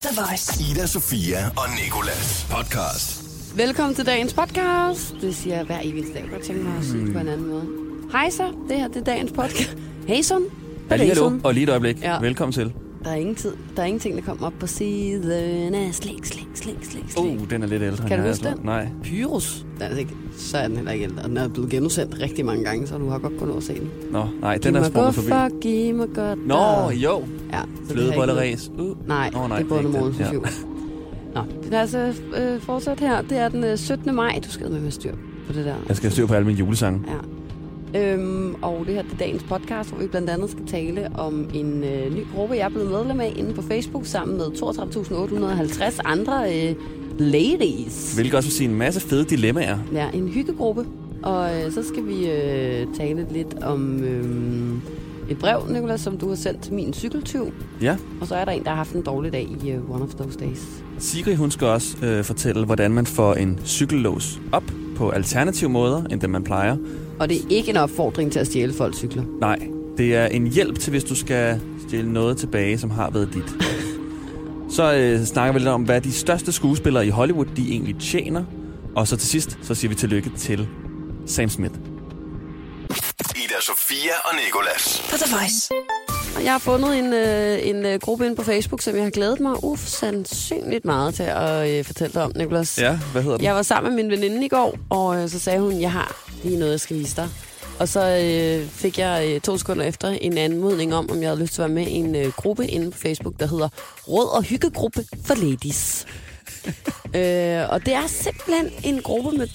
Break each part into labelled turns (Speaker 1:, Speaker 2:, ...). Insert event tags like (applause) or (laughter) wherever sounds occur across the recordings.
Speaker 1: The Voice.
Speaker 2: Ida, Sofia og Nikolas podcast.
Speaker 3: Velkommen til dagens podcast. Det siger jeg hver eneste dag. Jeg kunne godt tænke mig at sige det på en anden måde. Hej så, det her det er dagens podcast. Hej son.
Speaker 4: Ja, lige hallo, og lige et øjeblik.
Speaker 3: Ja.
Speaker 4: Ja. Velkommen til.
Speaker 3: Der er ingen tid. Der er ingenting, der kommer op på siden af slik, slik, slik, slik, slik.
Speaker 4: Uh, den er lidt ældre. end
Speaker 3: Kan du
Speaker 4: jeg
Speaker 3: huske
Speaker 4: er.
Speaker 3: den?
Speaker 4: Nej.
Speaker 3: Pyrus. Den er altså ikke, så er den heller ikke ældre. Den er blevet genudsendt rigtig mange gange, så du har godt kunnet nå at se den.
Speaker 4: Nå, nej,
Speaker 3: Giv
Speaker 4: den er
Speaker 3: mig
Speaker 4: sprunget
Speaker 3: godt,
Speaker 4: forbi.
Speaker 3: fuck, giv mig godt.
Speaker 4: Nå,
Speaker 3: og-
Speaker 4: jo.
Speaker 3: ja, så det har ikke noget-
Speaker 4: Flødebollerace. Uh.
Speaker 3: Nej,
Speaker 4: Åh,
Speaker 3: det er
Speaker 4: ikke den.
Speaker 3: bundemål for
Speaker 4: Ja.
Speaker 3: ja. Nå, men altså øh, fortsat her. Det er den øh, 17. maj. Du skal med med styr på det der.
Speaker 4: Jeg skal have styr på alle mine julesange.
Speaker 3: Ja. Øhm, og det her det er dagens podcast, hvor vi blandt andet skal tale om en øh, ny gruppe, jeg er blevet medlem af inde på Facebook sammen med 32.850 andre øh, ladies.
Speaker 4: Hvilket også vil sige en masse fede dilemmaer.
Speaker 3: Ja, en hyggegruppe. Og øh, så skal vi øh, tale lidt om øh, et brev, Nicolas, som du har sendt til min cykeltyv.
Speaker 4: Ja.
Speaker 3: Og så er der en, der har haft en dårlig dag i øh, One of Those Days.
Speaker 4: Sigrid, hun skal også øh, fortælle, hvordan man får en cykellås op på alternative måder, end dem man plejer.
Speaker 3: Og det er ikke en opfordring til at stjæle folks cykler.
Speaker 4: Nej, det er en hjælp til, hvis du skal stjæle noget tilbage, som har været dit. Så øh, snakker vi lidt om, hvad de største skuespillere i Hollywood, de egentlig tjener. Og så til sidst, så siger vi tillykke til Sam Smith.
Speaker 2: Ida, Sofia og Nikolas.
Speaker 1: På The Voice.
Speaker 3: Og Jeg har fundet en, øh, en øh, gruppe inde på Facebook, som jeg har glædet mig usandsynligt meget til at øh, fortælle dig om, Nicolas.
Speaker 4: Ja, hvad hedder den?
Speaker 3: Jeg var sammen med min veninde i går, og øh, så sagde hun, jeg har lige noget, jeg skal vise dig. Og så øh, fik jeg øh, to sekunder efter en anmodning om, om jeg havde lyst til at være med i en øh, gruppe inde på Facebook, der hedder Råd og Hyggegruppe for Ladies. øh, og det er simpelthen en gruppe med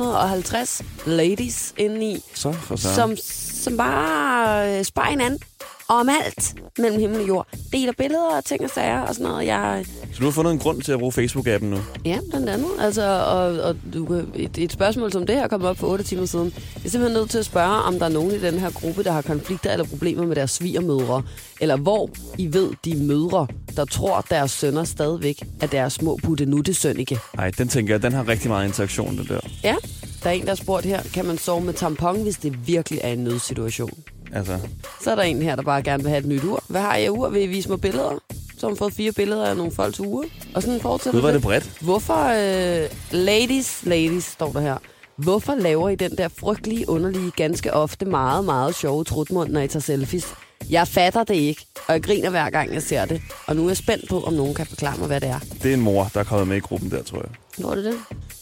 Speaker 3: 32.850 ladies inde i
Speaker 4: Så for så.
Speaker 3: som, som bare øh, spørger hinanden om alt mellem himmel og jord. Deler billeder og ting og sager og sådan noget. Jeg,
Speaker 4: så du har fundet en grund til at bruge Facebook-appen nu?
Speaker 3: ja, blandt andet. Altså, og, og du, kan- et, et spørgsmål som det her kom op for 8 timer siden. Jeg er simpelthen nødt til at spørge, om der er nogen i den her gruppe, der har konflikter eller problemer med deres svigermødre. Eller hvor I ved de mødre, der tror, deres sønner stadigvæk er deres små putte nu det sønnike.
Speaker 4: Nej, den tænker jeg, den har rigtig meget interaktion, den der.
Speaker 3: Ja, der er en, der har spurgt her, kan man sove med tampon, hvis det virkelig er en nødsituation?
Speaker 4: Altså,
Speaker 3: Så er der en her, der bare gerne vil have et nyt ur. Hvad har jeg ur? Vil I vise mig billeder? Så har hun fået fire billeder af nogle folks ure. Og sådan fortsætter
Speaker 4: gud, var det bredt.
Speaker 3: Hvorfor, øh, ladies, ladies, står der her. Hvorfor laver I den der frygtelige, underlige, ganske ofte meget, meget sjove trutmund, når I tager selfies? Jeg fatter det ikke, og jeg griner hver gang, jeg ser det. Og nu er jeg spændt på, om nogen kan forklare mig, hvad det er.
Speaker 4: Det er en mor, der er kommet med i gruppen der, tror jeg.
Speaker 3: Hvor det det?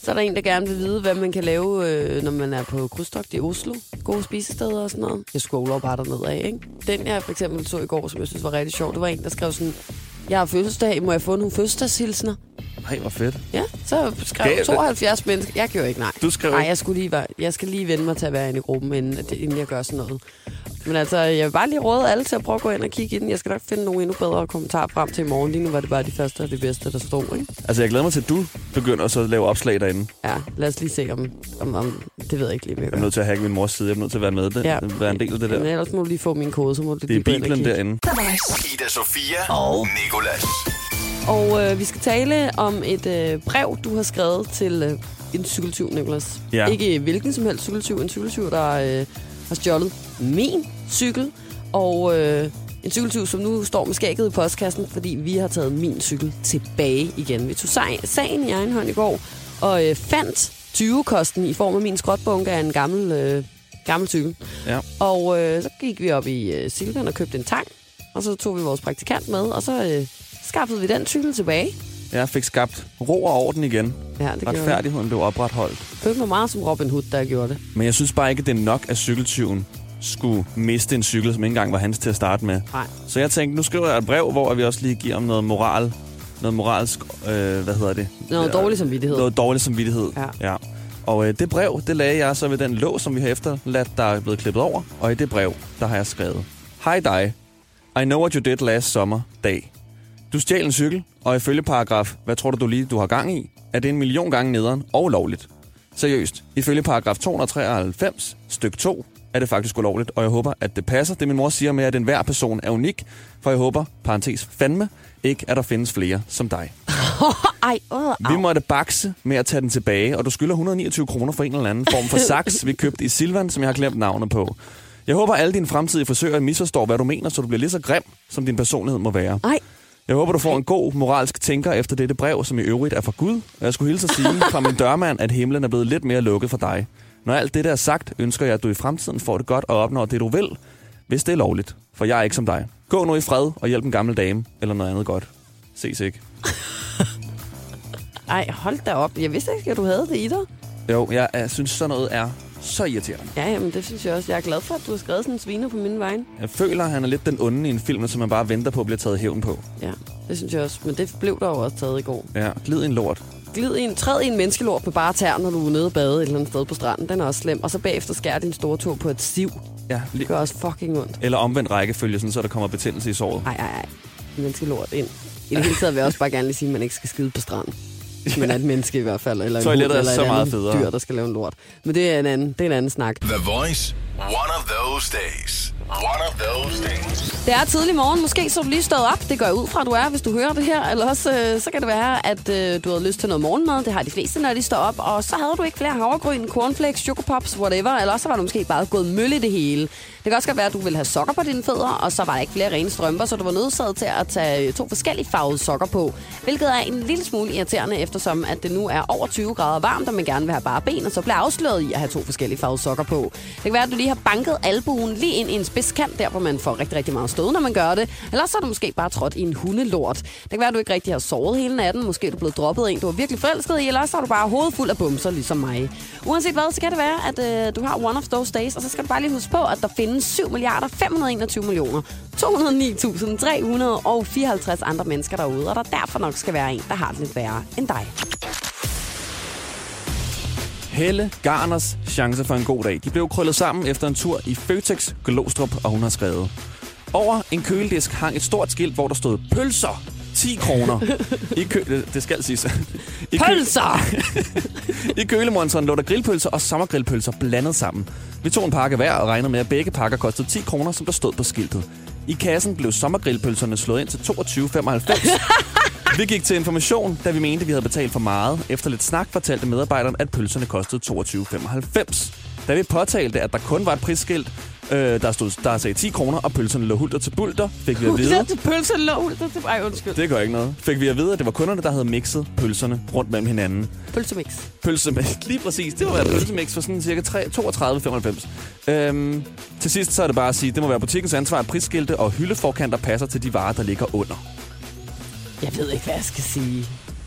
Speaker 3: Så er der en, der gerne vil vide, hvad man kan lave, øh, når man er på krydstogt i Oslo. Gode spisesteder og sådan noget. Jeg scroller bare dernede af, ikke? Den, jeg for eksempel så i går, som jeg synes var rigtig sjov, det var en, der skrev sådan, jeg har fødselsdag, må jeg få nogle fødselsdagshilsner?
Speaker 4: Nej, hvor fedt.
Speaker 3: Ja, så
Speaker 4: Gav
Speaker 3: skrev
Speaker 4: det?
Speaker 3: 72 mennesker. Jeg gjorde ikke nej.
Speaker 4: Du skrev
Speaker 3: Nej,
Speaker 4: ikke?
Speaker 3: jeg, skulle lige være, jeg skal lige vende mig til at være inde i gruppen, inden, at- inden jeg gør sådan noget. Men altså, jeg vil bare lige råde alle til at prøve at gå ind og kigge i den. Jeg skal nok finde nogle endnu bedre kommentarer frem til i morgen. Lige nu var det bare de første og de bedste, der stod, ikke?
Speaker 4: Altså, jeg glæder mig til, at du begynder så at lave opslag derinde.
Speaker 3: Ja, lad os lige se om... om, om det ved jeg ikke lige, om jeg
Speaker 4: Jeg er nødt til at hacke min mors side. Jeg er nødt til at være med den. Ja. Være en del af det
Speaker 3: Men
Speaker 4: der.
Speaker 3: ellers må du lige få min kode, så må du
Speaker 4: Det er
Speaker 3: lige gå ind og
Speaker 4: Bibelen
Speaker 3: kigge.
Speaker 4: derinde.
Speaker 1: The Voice.
Speaker 2: Ida, Sofia og Nikolas.
Speaker 3: Og øh, vi skal tale om et øh, brev, du har skrevet til øh, en cykeltyv, Niklas.
Speaker 4: Ja.
Speaker 3: Ikke hvilken som helst cykeltyv. En cykeltyv, der øh, har stjålet min cykel. Og øh, en cykeltyv, som nu står med skægget i postkassen, fordi vi har taget min cykel tilbage igen. Vi tog sej- sagen i egen hånd i går og øh, fandt 20-kosten i form af min skrotbunke af en gammel, øh, gammel cykel.
Speaker 4: Ja.
Speaker 3: Og øh, så gik vi op i øh, Silvan og købte en tang, og så tog vi vores praktikant med, og så øh, skaffede vi den cykel tilbage.
Speaker 4: Jeg fik skabt ro og orden igen.
Speaker 3: Ja, det gjorde vi.
Speaker 4: Retfærdigheden blev opretholdt.
Speaker 3: Følte mig meget som Robin Hood, der gjorde det.
Speaker 4: Men jeg synes bare ikke, at det er nok, at cykeltyven skulle miste en cykel, som ikke engang var hans til at starte med.
Speaker 3: Nej.
Speaker 4: Så jeg tænkte, nu skriver jeg et brev, hvor vi også lige giver ham noget moral. Noget moralsk, øh, hvad hedder det?
Speaker 3: Noget dårlig samvittighed.
Speaker 4: Noget dårlig samvittighed.
Speaker 3: Ja.
Speaker 4: ja. Og øh, det brev, det lagde jeg så ved den lås, som vi har efterladt, der er blevet klippet over. Og i det brev, der har jeg skrevet. Hej dig. I know what you did last summer dag. Du stjal en cykel, og ifølge paragraf, hvad tror du, du lige du har gang i, er det en million gange nederen og lovligt. Seriøst, ifølge paragraf 293, styk 2, er det faktisk ulovligt, og jeg håber, at det passer. Det min mor siger med, at enhver person er unik, for jeg håber, parentes fandme, ikke at der findes flere som dig.
Speaker 3: Ej, åh,
Speaker 4: Vi måtte bakse med at tage den tilbage, og du skylder 129 kroner for en eller anden form for saks, vi købte i Silvan, som jeg har glemt navnet på. Jeg håber, alle dine fremtidige forsøger misforstår, hvad du mener, så du bliver lige så grim, som din personlighed må være.
Speaker 3: Ej,
Speaker 4: Jeg håber, du får en god moralsk tænker efter dette brev, som i øvrigt er fra Gud. Og jeg skulle hilse at sige fra min dørmand, at himlen er blevet lidt mere lukket for dig. Når alt det er sagt, ønsker jeg, at du i fremtiden får det godt og opnår det, du vil, hvis det er lovligt. For jeg er ikke som dig. Gå nu i fred og hjælp en gammel dame, eller noget andet godt. Ses ikke.
Speaker 3: Ej, hold da op. Jeg vidste ikke, at du havde det i dig.
Speaker 4: Jo, jeg, jeg synes, sådan noget er så irriterende.
Speaker 3: Ja, jamen, det synes jeg også. Jeg er glad for, at du har skrevet sådan en sviner på min vejen.
Speaker 4: Jeg føler, han er lidt den onde i en film, som man bare venter på at blive taget hævn på.
Speaker 3: Ja, det synes jeg også. Men det blev der jo også taget i går.
Speaker 4: Ja, glid i en lort.
Speaker 3: Glid i en, træd i en menneskelort med bare tær, når du er nede og bade et eller andet sted på stranden. Den er også slem. Og så bagefter skær din store tog på et siv.
Speaker 4: Ja, li-
Speaker 3: Det gør også fucking ondt.
Speaker 4: eller omvendt rækkefølge, sådan, så der kommer betændelse i såret.
Speaker 3: Ej, ej, ej. Menneskelort ind. I det hele taget vil jeg også bare gerne lige sige, at man ikke skal skide på stranden. Hvis man er
Speaker 4: (laughs)
Speaker 3: et menneske i hvert fald. Eller en hund,
Speaker 4: Toilettet er
Speaker 3: eller et
Speaker 4: så
Speaker 3: andet
Speaker 4: meget federe.
Speaker 3: dyr, der skal lave en lort. Men det er en anden, det er en anden snak.
Speaker 2: The Voice. One of those days. One of those days.
Speaker 3: Det er tidlig morgen. Måske så er du lige stået op. Det går jeg ud fra, at du er, hvis du hører det her. Eller også, øh, så kan det være, at øh, du havde lyst til noget morgenmad. Det har de fleste, når de står op. Og så havde du ikke flere havregryn, cornflakes, chokopops, whatever. Eller også var du måske bare gået mølle i det hele. Det kan også godt være, at du ville have sokker på dine fødder, og så var der ikke flere rene strømper, så du var nødsaget til at tage øh, to forskellige farvede sokker på. Hvilket er en lille smule irriterende, eftersom at det nu er over 20 grader varmt, og man gerne vil have bare ben, og så bliver afsløret i at have to forskellige farvede sokker på. Det kan være, at du lige har banket albuen lige ind i en spidskant, der hvor man får rigtig, rigtig meget stød, når man gør det. Eller så er du måske bare trådt i en hundelort. Det kan være, at du ikke rigtig har sovet hele natten. Måske er du blevet droppet af en, du er virkelig forelsket i, eller også er du bare hovedet fuld af bumser, ligesom mig. Uanset hvad, så kan det være, at øh, du har one of those days, og så skal du bare lige huske på, at der findes 7 milliarder 521 millioner 209.354 andre mennesker derude, og der derfor nok skal være en, der har det lidt værre end dig.
Speaker 4: Helle Garners chance for en god dag. De blev krøllet sammen efter en tur i Føtex, Glostrup, og hun har skrevet. Over en køledisk hang et stort skilt, hvor der stod pølser. 10 kroner. I kø- det- det skal siges. (laughs) I, kø-
Speaker 3: Pølser!
Speaker 4: I kølemonsteren lå der grillpølser og sommergrillpølser blandet sammen. Vi tog en pakke hver og regnede med, at begge pakker kostede 10 kroner, som der stod på skiltet. I kassen blev sommergrillpølserne slået ind til 22,95. Vi gik til information, da vi mente, vi havde betalt for meget. Efter lidt snak fortalte medarbejderen, at pølserne kostede 22,95. Da vi påtalte, at der kun var et prisskilt, øh, der, stod, der sagde 10 kroner, og pølserne lå hulter til bulter, fik vi at vide,
Speaker 3: til pølser lå hulter til... Ej, undskyld.
Speaker 4: det gør ikke noget. Fik vi at vide, at det var kunderne, der havde mixet pølserne rundt mellem hinanden
Speaker 3: Pølsemix.
Speaker 4: pølsemix. (laughs) Lige præcis. Det må være pølsemix for sådan cirka tre- 32,95. Øhm, til sidst så er det bare at sige, det må være butikkens ansvar, at prisskilte og hyldeforkanter passer til de varer, der ligger under.
Speaker 3: Jeg ved ikke, hvad jeg skal sige.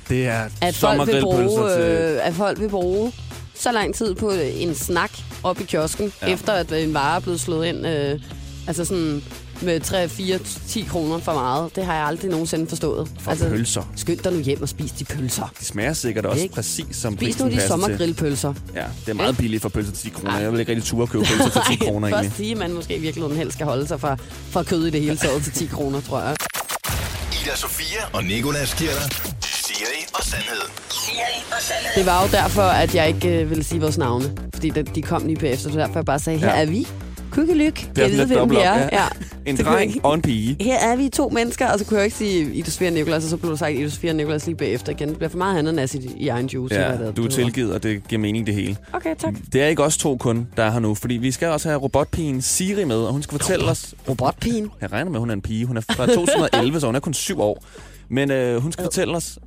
Speaker 4: Det er
Speaker 3: At folk, vil bruge,
Speaker 4: sommergrillpølser til...
Speaker 3: øh, at folk vil bruge så lang tid på en snak op i kiosken, ja. efter at øh, en vare er blevet slået ind øh, altså sådan med 3, 4, 10 kroner for meget. Det har jeg aldrig nogensinde forstået. Altså,
Speaker 4: For pølser.
Speaker 3: Skynd dig nu hjem og spis de pølser.
Speaker 4: De smager sikkert også
Speaker 3: Ikke?
Speaker 4: præcis som
Speaker 3: Spis
Speaker 4: prisen
Speaker 3: nu de
Speaker 4: passer til.
Speaker 3: sommergrillpølser.
Speaker 4: Ja, det er meget billigt for pølser til 10 kroner. Jeg vil ikke rigtig ture at købe pølser til 10 kroner
Speaker 3: (laughs) Ej,
Speaker 4: egentlig.
Speaker 3: først sige, at man måske i virkeligheden helst skal holde sig fra, fra kød i det hele taget til 10 kroner, tror jeg.
Speaker 2: Ida Sofia og Nikolas giver dig Siri og Sandhed.
Speaker 3: Det var jo derfor, at jeg ikke øh, ville sige vores navne. Fordi de, de kom lige bagefter, så derfor jeg bare sagde, her
Speaker 4: Ja.
Speaker 3: er vi. Kukkelyk.
Speaker 4: Det er
Speaker 3: Jeg ved,
Speaker 4: lidt
Speaker 3: hvem vi
Speaker 4: dobbelt op,
Speaker 3: er.
Speaker 4: ja.
Speaker 3: Ja.
Speaker 4: (laughs) En
Speaker 3: Så kunne jeg
Speaker 4: dreng
Speaker 3: ikke-
Speaker 4: og en pige.
Speaker 3: Her er vi to mennesker, og så kunne jeg ikke sige Ida Sofia og Nicolas, og så blev der sagt Ida Sofia og Nicolas lige bagefter igen. Det bliver for meget ananas i, i egen juice. eller hvad
Speaker 4: Ja,
Speaker 3: det-
Speaker 4: du er
Speaker 3: det hedder.
Speaker 4: tilgivet, og det giver mening det hele.
Speaker 3: Okay, tak.
Speaker 4: Det er ikke os to kun, der er her nu, fordi vi skal også have robotpigen Siri med, og hun skal fortælle os...
Speaker 3: Robotpigen.
Speaker 4: Jeg regner med, at hun er en pige. Hun er fra 2011, så hun er kun syv år. Men øh, hun skal fortælle
Speaker 3: (laughs)
Speaker 4: os...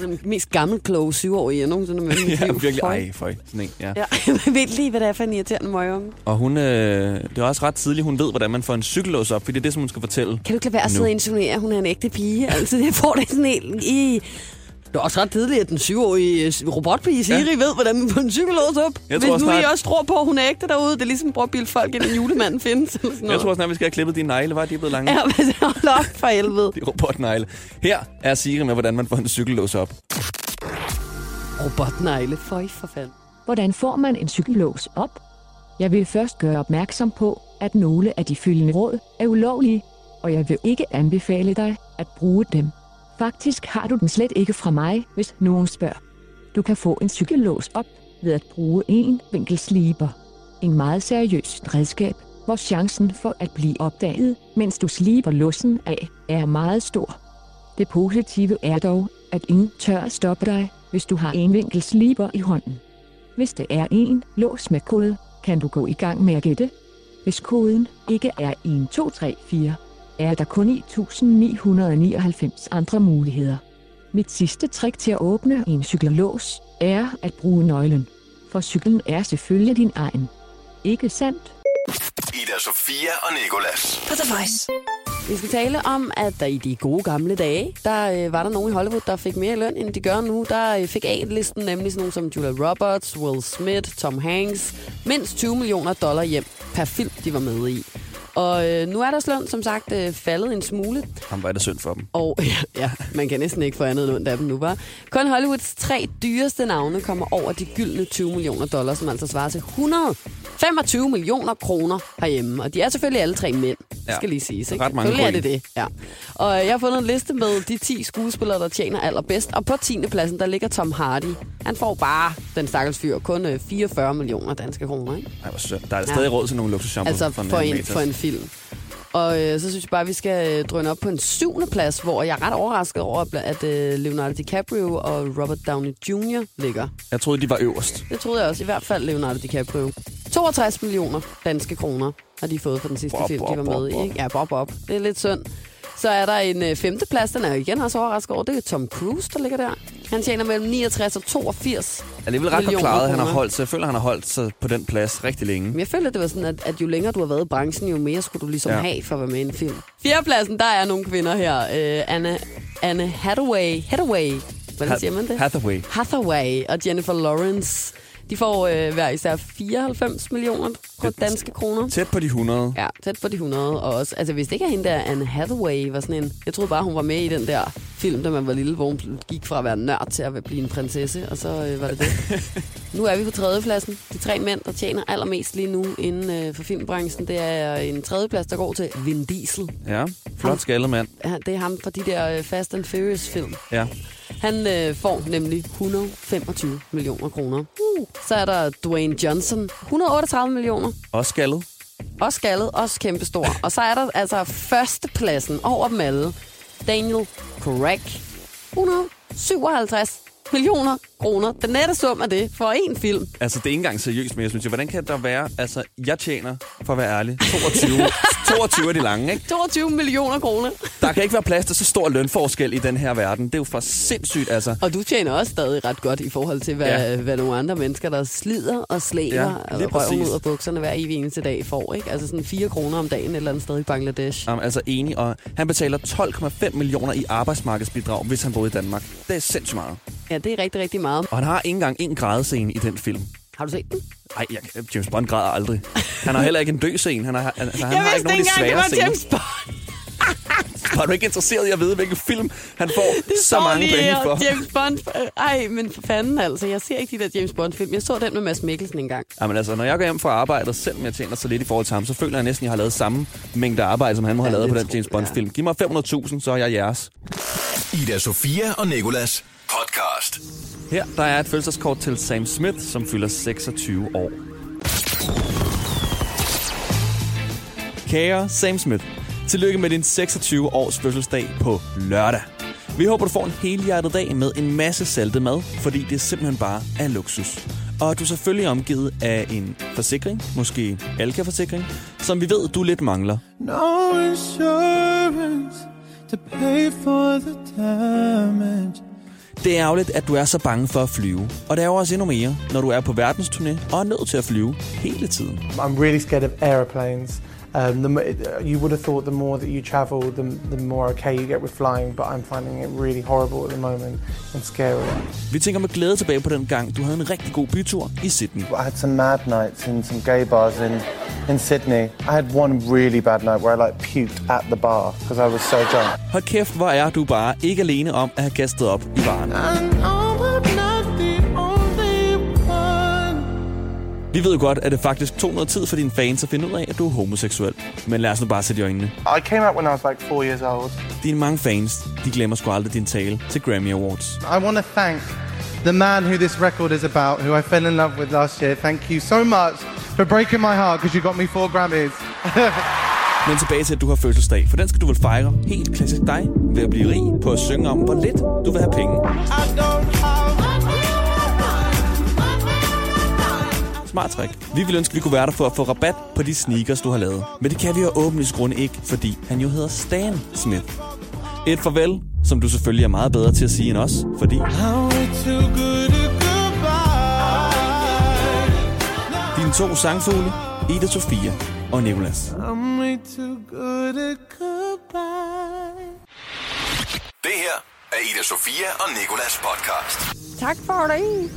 Speaker 3: Den mest gammelkloge syvårige, jeg nogensinde har mødt i
Speaker 4: (laughs)
Speaker 3: mit
Speaker 4: ja,
Speaker 3: liv.
Speaker 4: virkelig.
Speaker 3: Føj.
Speaker 4: Ej, føj. Sådan en, ja.
Speaker 3: Ja, (laughs) jeg ved lige, hvad det er for en irriterende møgeunge.
Speaker 4: Og hun, øh, det er også ret tidligt, hun ved, hvordan man får en cykellås op, fordi det er det, som hun skal fortælle.
Speaker 3: Kan du ikke lade være at sidde
Speaker 4: Nu.
Speaker 3: og insinuere, at hun er en ægte pige? Altså, jeg får det sådan helt i... Det er også ret tidligt, at den syvårige øh, robotpige Siri ja. ved, hvordan man får en cykelås op.
Speaker 4: Jeg
Speaker 3: Hvis
Speaker 4: tror
Speaker 3: nu
Speaker 4: snart-
Speaker 3: I også tror på, at hun er ægte derude, det er ligesom at prøve at bilde folk ind, at julemanden findes. Eller sådan noget.
Speaker 4: Jeg tror snart, vi skal have klippet dine negle. Var de er blevet lange?
Speaker 3: Ja, men (laughs) hold op for helvede.
Speaker 4: Det er robotnegle. Her er Siri med, hvordan man får en cykellås op.
Speaker 3: Robotnegle, for i for fanden.
Speaker 1: Hvordan får man en cykellås op? Jeg vil først gøre opmærksom på, at nogle af de fyldende råd er ulovlige, og jeg vil ikke anbefale dig at bruge dem. Faktisk har du den slet ikke fra mig, hvis nogen spørger. Du kan få en cykellås op ved at bruge en vinkelsliber. En meget seriøst redskab, hvor chancen for at blive opdaget, mens du sliber låsen af, er meget stor. Det positive er dog, at ingen tør at stoppe dig, hvis du har en vinkelsliber i hånden. Hvis det er en lås med kode, kan du gå i gang med at gætte. Hvis koden ikke er 1234, er der kun 9.999 andre muligheder. Mit sidste trick til at åbne en cykellås er at bruge nøglen. For cyklen er selvfølgelig din egen. Ikke sandt?
Speaker 2: Ida Sofia og Nikolas.
Speaker 5: På The Voice.
Speaker 3: Vi skal tale om, at der i de gode gamle dage, der øh, var der nogen i Hollywood, der fik mere i løn, end de gør nu. Der øh, fik A-listen nemlig sådan nogen som Julia Roberts, Will Smith, Tom Hanks. Mindst 20 millioner dollar hjem per film, de var med i. Og øh, nu er deres løn, som sagt, øh, faldet en smule.
Speaker 4: Ham var det synd for dem.
Speaker 3: (laughs) Og ja, ja, man kan næsten ikke få andet end ondt af dem nu, var. Kun Hollywoods tre dyreste navne kommer over de gyldne 20 millioner dollar, som altså svarer til 125 millioner kroner herhjemme. Og de er selvfølgelig alle tre mænd, ja.
Speaker 4: Ja.
Speaker 3: skal lige siges. Ikke?
Speaker 4: Ret mange
Speaker 3: Selvfølgelig er det
Speaker 4: grunde.
Speaker 3: det, ja. Og øh, jeg har fundet en liste med de 10 skuespillere, der tjener allerbedst. Og på 10. pladsen, der ligger Tom Hardy. Han får bare, den stakkels fyr, kun øh, 44 millioner danske kroner, ikke?
Speaker 4: Ej, hvor synd. Der er stadig ja. råd til nogle luksusjamper.
Speaker 3: Altså for, for, en, for en film. Og øh, så synes jeg bare, at vi skal øh, drøne op på en syvende plads, hvor jeg er ret overrasket over, at bla- at øh, Leonardo DiCaprio og Robert Downey Jr. ligger.
Speaker 4: Jeg troede, de var øverst.
Speaker 3: Det troede jeg også, i hvert fald Leonardo DiCaprio. 62 millioner danske kroner har de fået for den sidste
Speaker 4: Bop,
Speaker 3: film,
Speaker 4: bop,
Speaker 3: de var
Speaker 4: bop,
Speaker 3: med i.
Speaker 4: bop.
Speaker 3: Ikke? Ja, bob, bob. Det er lidt synd. Så er der en øh, femte plads, den er jeg igen også overrasket over. Det er Tom Cruise, der ligger der. Han tjener mellem 69 og 82
Speaker 4: Alligevel Altså, ret godt
Speaker 3: millioner
Speaker 4: klaret, han har
Speaker 3: kroner.
Speaker 4: holdt sig. Jeg føler, han har holdt sig på den plads rigtig længe.
Speaker 3: Men jeg føler, det var sådan, at, at jo længere du har været i branchen, jo mere skulle du ligesom ja.
Speaker 4: Ja.
Speaker 3: have for at være med i en film. Fjerdepladsen, der er nogle kvinder her. Øh, Anne, Anne Hathaway. Hathaway. Hvordan
Speaker 4: Ha-
Speaker 3: siger man det?
Speaker 4: Hathaway.
Speaker 3: Hathaway og Jennifer Lawrence. De får øh, hver især 94 millioner på
Speaker 4: Det-
Speaker 3: danske kroner.
Speaker 4: Tæt på de 100.
Speaker 3: Ja, tæt på de 100. Og også, altså, hvis det ikke er hende der, Anne Hathaway var sådan en... Jeg troede bare, hun var med i den der film, da man var lille, hvor hun gik fra at være nørd til at blive en prinsesse, og så øh, var det det. nu er vi på tredjepladsen. De tre mænd, der tjener allermest lige nu inden øh, for filmbranchen, det er en tredjeplads, der går til Vin Diesel.
Speaker 4: Ja,
Speaker 3: Ham.
Speaker 4: flot skaldet mand.
Speaker 3: Han- Det er ham fra de der øh, Fast and Furious-film.
Speaker 4: Ja.
Speaker 3: Han øh, får nemlig 125 millioner kroner. Uh. Så er der Dwayne Johnson. 138 millioner.
Speaker 4: Også skaldet.
Speaker 3: Også skaldet, også kæmpestor. Og så er der altså førstepladsen over dem alle. Daniel Craig. 157 millioner kroner. Den nette sum af det for én film.
Speaker 4: Altså, det er ikke engang seriøst, men jeg synes, jo, hvordan kan der være... Altså, jeg tjener, for at være ærlig, 22, 22 af de lange, ikke?
Speaker 3: 22 millioner kroner.
Speaker 4: Der kan ikke være plads til så stor lønforskel i den her verden. Det er jo for sindssygt, altså.
Speaker 3: Og du tjener også stadig ret godt i forhold til, hvad, ja.
Speaker 4: Ja.
Speaker 3: hvad nogle andre mennesker, der slider og slæber
Speaker 4: Ja,
Speaker 3: ja,
Speaker 4: lige
Speaker 3: røven
Speaker 4: præcis.
Speaker 3: ud af bukserne hver evig eneste dag får. Ikke? Altså sådan 4 kroner om dagen et eller andet sted i Bangladesh.
Speaker 4: Jamen, altså enig, og han betaler 12,5 millioner i arbejdsmarkedsbidrag, hvis han boede i Danmark. Det er sindssygt meget.
Speaker 3: Ja, det er rigtig, rigtig meget.
Speaker 4: Og han har ikke engang en grædescene i den film.
Speaker 3: Har du set den?
Speaker 4: Ej, jeg, James Bond græder aldrig. Han har heller ikke en død scene. Han har, altså, han har ikke nogen af de svære scener.
Speaker 3: Bond.
Speaker 4: Var du ikke interesseret i at vide, hvilken film han får så mange penge for?
Speaker 3: James Bond. Ej, men for fanden altså. Jeg ser ikke de der James Bond-film. Jeg så den med Mads Mikkelsen engang.
Speaker 4: Jamen altså, når jeg går hjem fra arbejdet, selvom jeg tjener så lidt i forhold til ham, så føler jeg næsten, at jeg har lavet samme mængde arbejde, som han må have
Speaker 3: Ja,
Speaker 4: lavet
Speaker 3: det
Speaker 4: på den
Speaker 3: tror
Speaker 4: James
Speaker 3: jeg.
Speaker 4: Bond-film. Giv mig 500.000, så er jeg jeres.
Speaker 2: Ida Sofia og Nikolas podcast.
Speaker 4: Her der er et fødselskort til Sam Smith, som fylder 26 år. Kære Sam Smith, tillykke med din 26 års fødselsdag på lørdag. Vi håber, du får en helhjertet dag med en masse saltet mad, fordi det simpelthen bare er luksus. Og du er selvfølgelig omgivet af en forsikring, måske Alka-forsikring, som vi ved, du lidt mangler.
Speaker 6: No insurance to pay for the damage.
Speaker 4: Det er ærgerligt, at du er så bange for at flyve. Og det er jo også endnu mere, når du er på verdensturné og er nødt til at flyve hele tiden.
Speaker 7: I'm really scared of aeroplanes. Um, the, mo- you would have thought the more that you travel, the, the more okay you get with flying, but I'm finding it really horrible at the moment and scary.
Speaker 4: Vi tænker med glæde tilbage på den gang, du havde en rigtig god bytur i Sydney.
Speaker 7: I had some mad nights in some gay bars in, in Sydney. I had one really bad night where I like puked at the bar because I was so drunk.
Speaker 4: Hold kæft, hvor er du bare ikke alene om at have kastet op i varen.
Speaker 6: I know I'm not the only one.
Speaker 4: Vi ved jo godt, at det faktisk tog noget tid for dine fans at finde ud af, at du er homoseksuel. Men lad os nu bare sætte i øjnene.
Speaker 7: I came out when I was like four years old.
Speaker 4: Dine mange fans, de glemmer sgu aldrig din tale til Grammy Awards.
Speaker 8: I want to thank the man who this record is about, who I fell in love with last year. Thank you so much for breaking my heart because you got me four Grammys.
Speaker 4: Men tilbage til, at du har fødselsdag, for den skal du vel fejre helt klassisk dig ved at blive rig på at synge om, hvor lidt du vil have penge.
Speaker 6: I don't have.
Speaker 4: smart trick. Vi ville ønske, at vi kunne være der for at få rabat på de sneakers, du har lavet. Men det kan vi jo åbenlyst grunde ikke, fordi han jo hedder Stan Smith. Et farvel, som du selvfølgelig er meget bedre til at sige end os, fordi
Speaker 6: How it's too good a goodbye.
Speaker 4: dine to sangfugle, Ida Sofia og Nicolas.
Speaker 6: I'm way too good a goodbye.
Speaker 2: Det her er Ida Sofia og Nikolas podcast.
Speaker 3: Tak for det.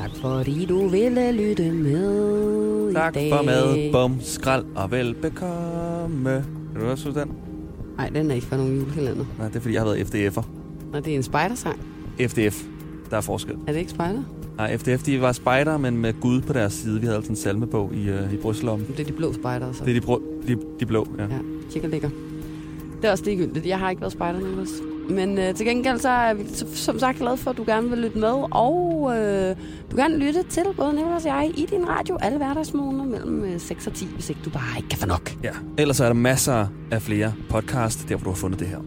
Speaker 3: Tak fordi du ville lytte med
Speaker 4: Tak
Speaker 3: i dag.
Speaker 4: for mad, bum, skrald og velbekomme. Kan du også huske den?
Speaker 3: Nej, den er ikke fra nogen julekalender.
Speaker 4: Nej, det er fordi, jeg har været FDF'er.
Speaker 3: Nej, det er en spidersang.
Speaker 4: FDF. Der er forskel.
Speaker 3: Er det ikke spider?
Speaker 4: Nej, FDF, de var spejder, men med Gud på deres side. Vi havde altid en salmebog i, øh, i brystlommen.
Speaker 3: Det er de blå spejdere, så.
Speaker 4: Det er de, brå, de, de blå, ja.
Speaker 3: Ja, tjekker lækker. Det er også ligegyldigt. Jeg har ikke været spejder Nicholas. Men øh, til gengæld så er vi så- som sagt glade for, at du gerne vil lytte med. Og øh, du kan lytte til både Nicholas og jeg i din radio alle hverdagsmorgener mellem øh, 6 og 10, hvis ikke du bare ikke kan få nok.
Speaker 4: ja. Ellers er der masser af flere podcast, der hvor du har fundet det her.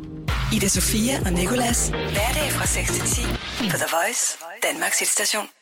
Speaker 5: Ida Sofia og Nikolas. Hverdag fra 6 til 10 på The Voice, Danmarks hitstation.